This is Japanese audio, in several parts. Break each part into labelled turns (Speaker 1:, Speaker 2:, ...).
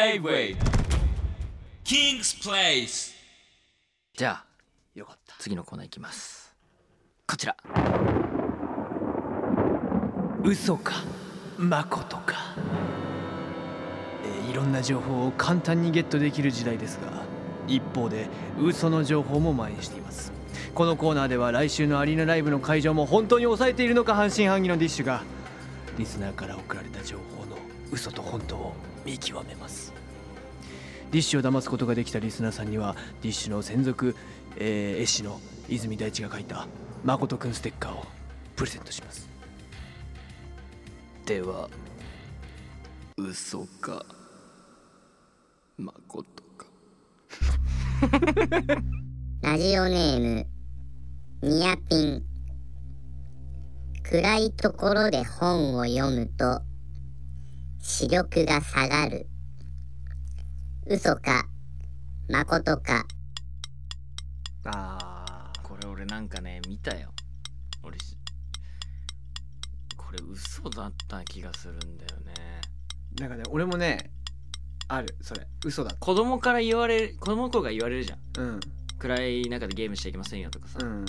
Speaker 1: J-Way King's Place
Speaker 2: じゃあ
Speaker 3: よかった
Speaker 2: 次のコーナーいきますこちら嘘かまことか
Speaker 3: えーいろんな情報を簡単にゲットできる時代ですが一方で嘘の情報も蔓延していますこのコーナーでは来週のアリーナライブの会場も本当に抑えているのか半信半疑のディッシュがリスナーから送られた情報の嘘と本当を見極めますディッシュを騙すことができたリスナーさんにはディッシュの専属、えー絵師の泉大地が書いた「まことくんステッカー」をプレゼントします
Speaker 2: では嘘かまことか
Speaker 4: ラジオネーム、ニアピン。暗いところで本を読むと、視力が下がる。嘘か、誠か。
Speaker 3: あー
Speaker 2: これ俺なんかね見たよ俺しこれ嘘だった気がするんだよね
Speaker 3: なんかね俺もねあるそれ嘘だ
Speaker 2: 子供から言われる子供の頃が言われるじゃん
Speaker 3: うん
Speaker 2: 暗い中でゲームしちゃいけませんよとかさ、
Speaker 3: うん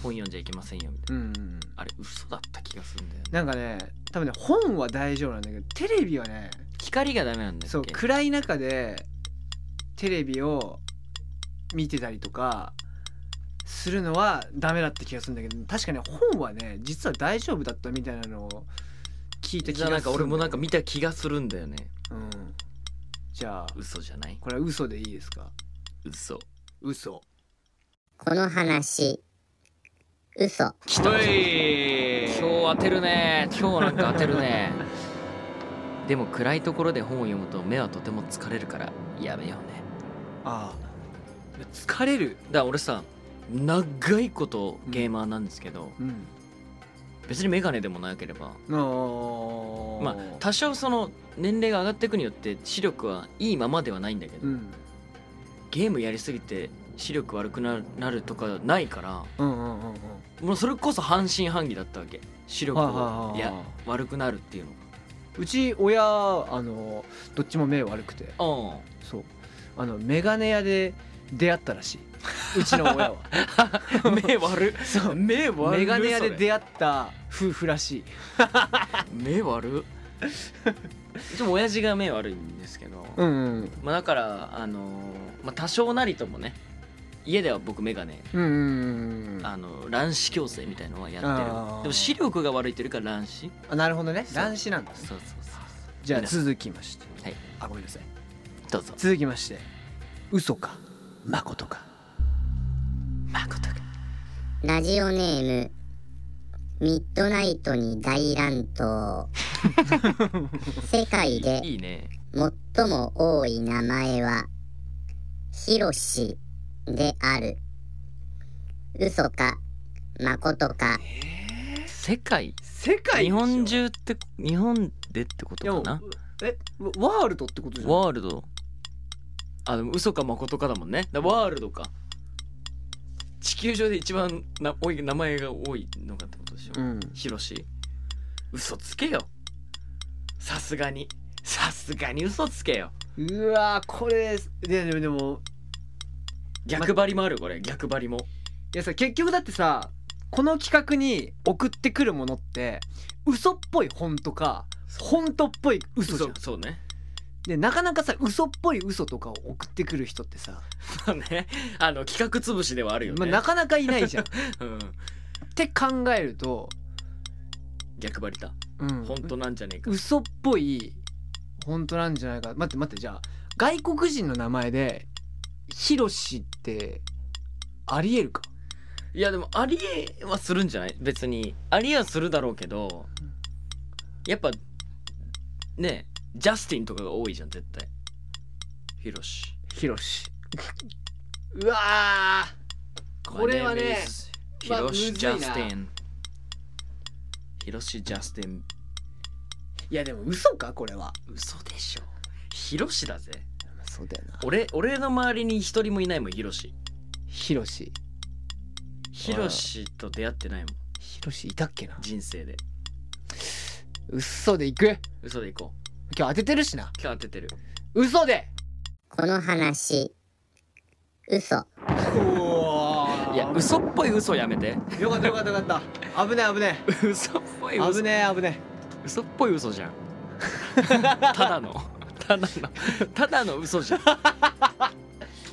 Speaker 2: 本読んじゃいけませんよみたいな
Speaker 3: うん
Speaker 2: あれ嘘だった気がするんだよね
Speaker 3: なんかね多分ね本は大丈夫なんだけどテレビはね
Speaker 2: 光がダメなんだっけ
Speaker 3: そう暗い中でテレビを見てたりとかするのはダメだった気がするんだけど確かね本はね実は大丈夫だったみたいなのを聞いた気
Speaker 2: じ
Speaker 3: が
Speaker 2: ゃ
Speaker 3: する
Speaker 2: あなんか俺もなんか見
Speaker 3: て、
Speaker 2: た気がするんだよね
Speaker 3: うん、じゃあ
Speaker 2: 嘘じゃない
Speaker 3: これは嘘でいいですか
Speaker 2: 嘘
Speaker 3: 嘘
Speaker 4: この話、嘘。
Speaker 2: きた今日当てるね今日なんか当てるね でも暗いところで本を読むと目はとても疲れるからやめようね
Speaker 3: ああ疲れる
Speaker 2: だから俺さ長いことゲーマーなんですけど、
Speaker 3: うん
Speaker 2: 別にメガネでもなければ
Speaker 3: の
Speaker 2: まあ多少その年齢が上がっていくによって視力はいいままではないんだけど、
Speaker 3: うん
Speaker 2: ゲームやりすぎて視力悪くななるとかないから
Speaker 3: うんうんうんうん
Speaker 2: もうそれこそ半信半疑だったわけ視力
Speaker 3: はいはいはい
Speaker 2: が
Speaker 3: はい
Speaker 2: いや悪くなるっていう
Speaker 3: うち親あのどっちも目悪くて
Speaker 2: のうん
Speaker 3: そうあのメガネ屋で出会ったらし いうちの親は
Speaker 2: 目悪そう目悪
Speaker 3: メガネ屋で
Speaker 2: で
Speaker 3: 出会った夫婦らしい
Speaker 2: 目悪 でも親父が目悪いんですけど、
Speaker 3: うんうん
Speaker 2: まあ、だからあのーまあ、多少なりともね家では僕眼鏡
Speaker 3: うんうんうん
Speaker 2: あの乱視矯正みたいのはやってる
Speaker 3: あー
Speaker 2: でも視力が悪いっていうから乱視
Speaker 3: あなるほどね
Speaker 2: そう
Speaker 3: 男子なんだね
Speaker 2: そうそうそう
Speaker 3: じゃあ
Speaker 2: 皆さん
Speaker 3: 続きまして
Speaker 2: はい
Speaker 3: あごめんなさい
Speaker 2: どうぞ
Speaker 3: 続きまして嘘かまことか
Speaker 2: 誠君
Speaker 4: ラジオネーム、ミッドナイトに大乱闘。世界で
Speaker 2: いいね
Speaker 4: 最も多い名前は、ヒロシである。嘘か、誠か。
Speaker 2: 世界
Speaker 3: 世界
Speaker 2: 日本中って日本でってことかな
Speaker 3: えワールドってことじゃん
Speaker 2: ワールドあでも嘘か誠かだもんねだワールドか地球上で一番な多い名前が多いのかってことでしょ、
Speaker 3: うん
Speaker 2: ヒロシ嘘つけよさすがにさすがに嘘つけよ
Speaker 3: うわーこれででもでも
Speaker 2: 逆張りもあるこれ逆張りも
Speaker 3: いやさ結局だってさこの企画に送ってくるものって嘘っぽい本とか本当っぽい嘘じゃん
Speaker 2: そうね
Speaker 3: でなかなかさ嘘っぽい嘘とかを送ってくる人ってさ、
Speaker 2: まあねあの企画潰しではあるよね、
Speaker 3: まあ、なかなかいないじ ゃんっ
Speaker 2: うん、
Speaker 3: て考えると、
Speaker 2: 逆張りだ
Speaker 3: うん、
Speaker 2: 本当なんじゃねえか
Speaker 3: 嘘っぽい本当なんじゃないか待って待ってじゃあ外国人の名前でヒロシってありえるか
Speaker 2: いやでもありえはするんじゃない別にありえはするだろうけどやっぱねえジャスティンとかが多いじゃん絶対ヒロシ
Speaker 3: ヒロシうわーこれはね
Speaker 2: My name is ヒロシ・ジャスティンヒロシ・ジャスティン
Speaker 3: いやでも嘘かこれは
Speaker 2: 嘘でしょヒロシだぜ
Speaker 3: そうだよな
Speaker 2: 俺俺の周りに一人もいないもんヒロシ
Speaker 3: ヒロシ
Speaker 2: ヒロシと出会ってないもん
Speaker 3: ヒロシいたっけな
Speaker 2: 人生で
Speaker 3: 嘘でいく
Speaker 2: 嘘でいこう
Speaker 3: 今日当ててるしな
Speaker 2: 今日当ててる
Speaker 3: 嘘で
Speaker 4: この話嘘
Speaker 3: お
Speaker 2: いや嘘っぽい嘘やめて
Speaker 3: よかったよかったよかった危ねえ危ね
Speaker 2: 嘘っぽい
Speaker 3: え危
Speaker 2: 嘘
Speaker 3: ねえ危ね
Speaker 2: 嘘っぽい嘘 じゃんただのただのただの嘘 じゃん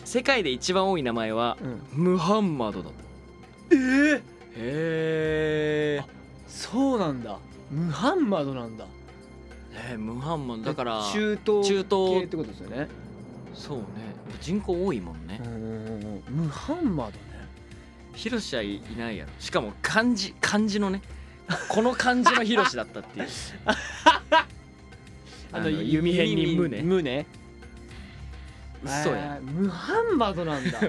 Speaker 2: 世界で一番多い名前は
Speaker 3: え、うん、
Speaker 2: ムハンマドだった
Speaker 3: ええ
Speaker 2: へ
Speaker 3: そうなんだムハンマドなんだ
Speaker 2: えムハンマドだから
Speaker 3: 中東
Speaker 2: 中東
Speaker 3: 系ってことですよね
Speaker 2: そうね人口多いもんね
Speaker 3: うんうんうんムハンマドね
Speaker 2: ヒロシはいないやろしかも漢字漢字のねこの漢字のヒロシだったっていう あの弓辺に胸
Speaker 3: 胸
Speaker 2: 嘘や
Speaker 3: えームハンマドなんだ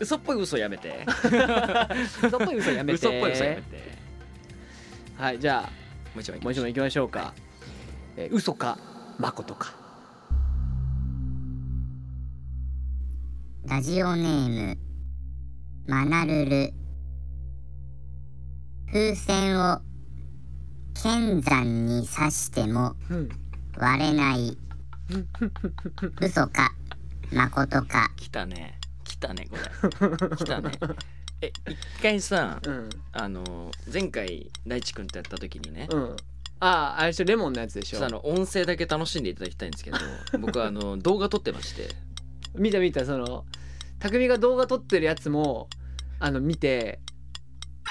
Speaker 2: 嘘っぽい嘘やめて
Speaker 3: 嘘っぽい嘘やめて
Speaker 2: 嘘っぽい嘘やめて
Speaker 3: はいじゃあ
Speaker 2: もう一枚
Speaker 3: もう一問いきましょうか、えー嘘か誠か
Speaker 4: ラジオネームマナルル風船を剣山に刺しても
Speaker 3: うん
Speaker 4: 割れない嘘か誠か
Speaker 2: 来たね来たねこれ来たねえ一回さ
Speaker 3: うん
Speaker 2: あの前回大地君とやった時にね、
Speaker 3: うんあああれでしょレモンのやつでし
Speaker 2: ちょっと
Speaker 3: ょ
Speaker 2: あの音声だけ楽しんでいただきたい んですけど僕はあの動画撮ってまして
Speaker 3: 見た見たその匠が動画撮ってるやつもあの見て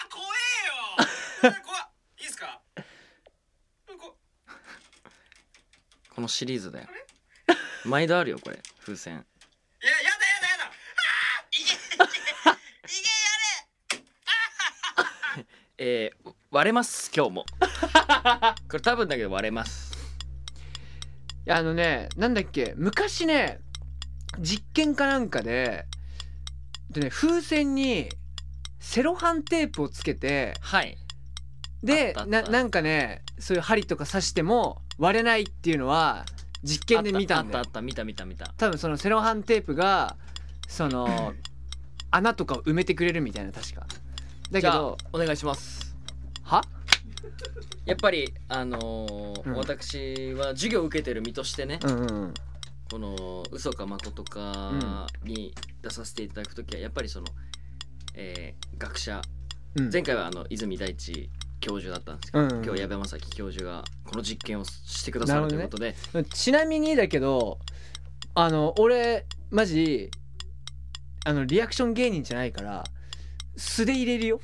Speaker 1: 怖えよ怖いいですか
Speaker 2: このシリーズだよ毎度あるよこれ風
Speaker 1: い
Speaker 2: 船
Speaker 1: ややだやだやだあーいけいけいけ
Speaker 2: えー、割れます今 日もこれ多分だけど割れます
Speaker 3: いやあのねなんだっけ昔ね実験かなんかででね風船にセロハンテープをつけて
Speaker 2: はい
Speaker 3: で
Speaker 2: あったあ
Speaker 3: な
Speaker 2: った
Speaker 3: なんかねそういう針とか刺しても割れないっていうのは実験で見たんだよ
Speaker 2: あったあったあった見た見た見た
Speaker 3: 多分そのセロハンテープがそ の穴とかを埋めてくれるみたいな確かだけ
Speaker 2: じゃあ
Speaker 3: ど
Speaker 2: お願いします
Speaker 3: は
Speaker 2: やっぱりあのー
Speaker 3: うん
Speaker 2: 私は授業を受けてる身としてね、
Speaker 3: うんうん
Speaker 2: この嘘か誠かに出させていただくときはやっぱりその、えー学者
Speaker 3: うん
Speaker 2: 前回はあの泉大地教授だったんですけ
Speaker 3: う
Speaker 2: ど、
Speaker 3: んうん
Speaker 2: 今日矢部正樹教授がこの実験をしてくださるということで、
Speaker 3: ちなみにだけどあの俺マジあのリアクション芸人じゃないから素で入れるよ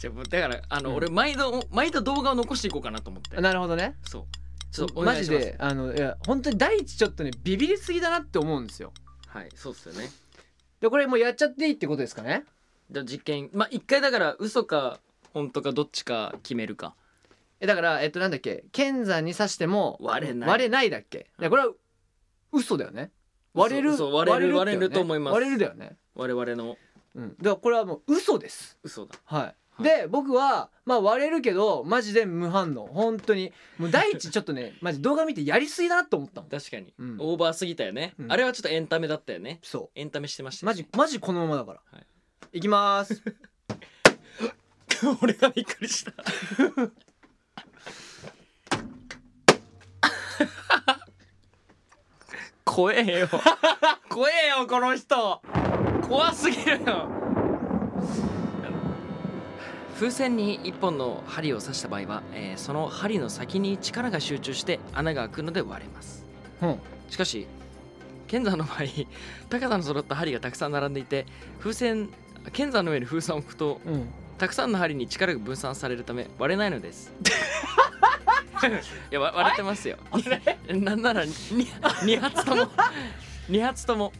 Speaker 2: じゃあだからあの、
Speaker 3: うん
Speaker 2: 俺毎度毎度動画を残していこうかなと思って
Speaker 3: なるほどね
Speaker 2: そうちょっとお
Speaker 3: マ
Speaker 2: 願
Speaker 3: ジ
Speaker 2: いします
Speaker 3: であのいや本当に第一ちょっとねビビりすぎだなって思うんですよ
Speaker 2: はいそうっすよね
Speaker 3: でこれもうやっちゃっていいってことですかね
Speaker 2: じゃあ実験まあ一回だから嘘か本当かどっちか決めるか
Speaker 3: えだからえっとなんだっけ剣山に刺しても
Speaker 2: 割れない
Speaker 3: 割れないだっけいやこれは嘘だよね割れる
Speaker 2: 嘘嘘割れる
Speaker 3: だよね
Speaker 2: 割れると思います
Speaker 3: 割れるだよね
Speaker 2: 我々の
Speaker 3: うんだからこれはもう嘘です
Speaker 2: 嘘だ
Speaker 3: はい、
Speaker 2: い
Speaker 3: で僕はまあ割れるけどマジで無反応本当にもう第一ちょっと ねマジ動画見てやりすぎだなと思ったもん
Speaker 2: 確かに、
Speaker 3: うん
Speaker 2: オーバーすぎたよね、
Speaker 3: うん
Speaker 2: あれはちょっとエンタメだったよね
Speaker 3: そ
Speaker 2: エンタメしてまし
Speaker 3: う
Speaker 2: たよ
Speaker 3: マ
Speaker 2: ね、
Speaker 3: ジマジこのままだから、、
Speaker 2: はい
Speaker 3: きまー す
Speaker 2: 俺がびっくりした怖えよ 怖えよこの人怖すぎるよ風船に1本の針を刺した場合は、えーその針の先に力が集中して穴が開くので割れます
Speaker 3: うん
Speaker 2: しかし剣山の場合高さの揃った針がたくさん並んでいて風船剣山の上に風船を置くと
Speaker 3: うん
Speaker 2: たくさんの針に力が分散されるため割れないのですいやわ割れてますよなんなら 2, 発とも2発とも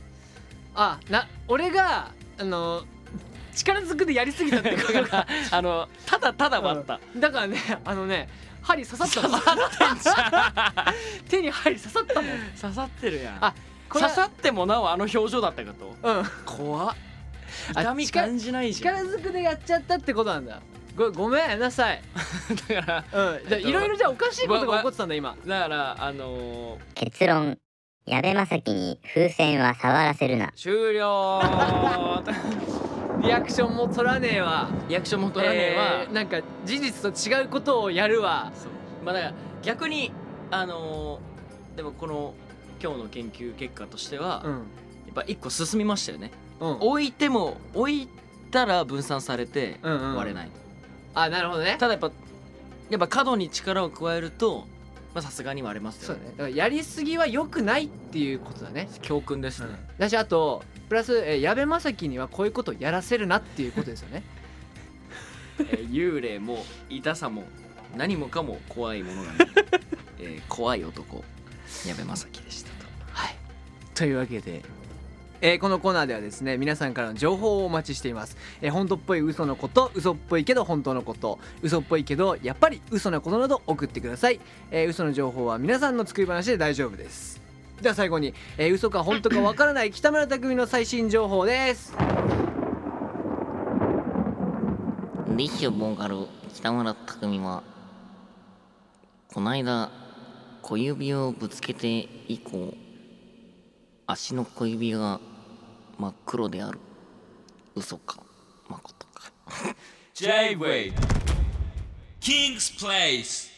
Speaker 3: あな俺があの力ずくでやりすぎたってこと
Speaker 2: だ
Speaker 3: か
Speaker 2: からあのただただ割った、
Speaker 3: らだからねあのね針刺さったの手に針刺さったもん
Speaker 2: 刺さってるやん
Speaker 3: あこれ
Speaker 2: 刺さってもなおあの表情だったかと
Speaker 3: うん
Speaker 2: 怖っ痛み
Speaker 3: 力
Speaker 2: 感じないじゃん
Speaker 3: 力ずくでやっちゃったってことなんだごごめんなさい
Speaker 2: だから
Speaker 3: うんじゃあいろいろじゃあおかしいことが起こってたんだ今
Speaker 2: だからあのー
Speaker 4: 結論矢部正樹に風船は触らせるな
Speaker 2: 終 了
Speaker 3: リアクションも取らねえわ
Speaker 2: リアクションも取らねえわ、
Speaker 3: ーなんか事実と違うことをやるわ
Speaker 2: そうまあだから逆にあのーでもこの今日の研究結果としては、
Speaker 3: うん
Speaker 2: やっぱ一個進みましたよね
Speaker 3: うん
Speaker 2: 置いても置いたら分散されて
Speaker 3: うんうん
Speaker 2: 割れない、
Speaker 3: あなるほどね
Speaker 2: ただやっぱやっぱ角に力を加えるとまあさすがに割れます
Speaker 3: そ
Speaker 2: よ
Speaker 3: うだ
Speaker 2: ね
Speaker 3: ねだからやりすぎは良くないっていうことだね
Speaker 2: 教訓ですね、
Speaker 3: だしあとプラス、えー矢部正樹にはこういうことをやらせるなっていうことですよね
Speaker 2: えー幽霊も痛さも何もかも怖いものが ない、えー怖い男矢部正樹でしたと
Speaker 3: はいというわけで、えーこのコーナーではですね皆さんからの情報をお待ちしています、えー本当っぽい嘘のこと嘘っぽいけど本当のこと嘘っぽいけどやっぱり嘘なことなど送ってください、えー嘘の情報は皆さんの作り話で大丈夫ですでは最後に、えー嘘か本当かわからない北村匠海の最新情報です
Speaker 5: ビッシュボーカル北村匠海はこないだ小指をぶつけて以降足の小指が真っ黒である嘘かまことか
Speaker 6: J-Way King's Place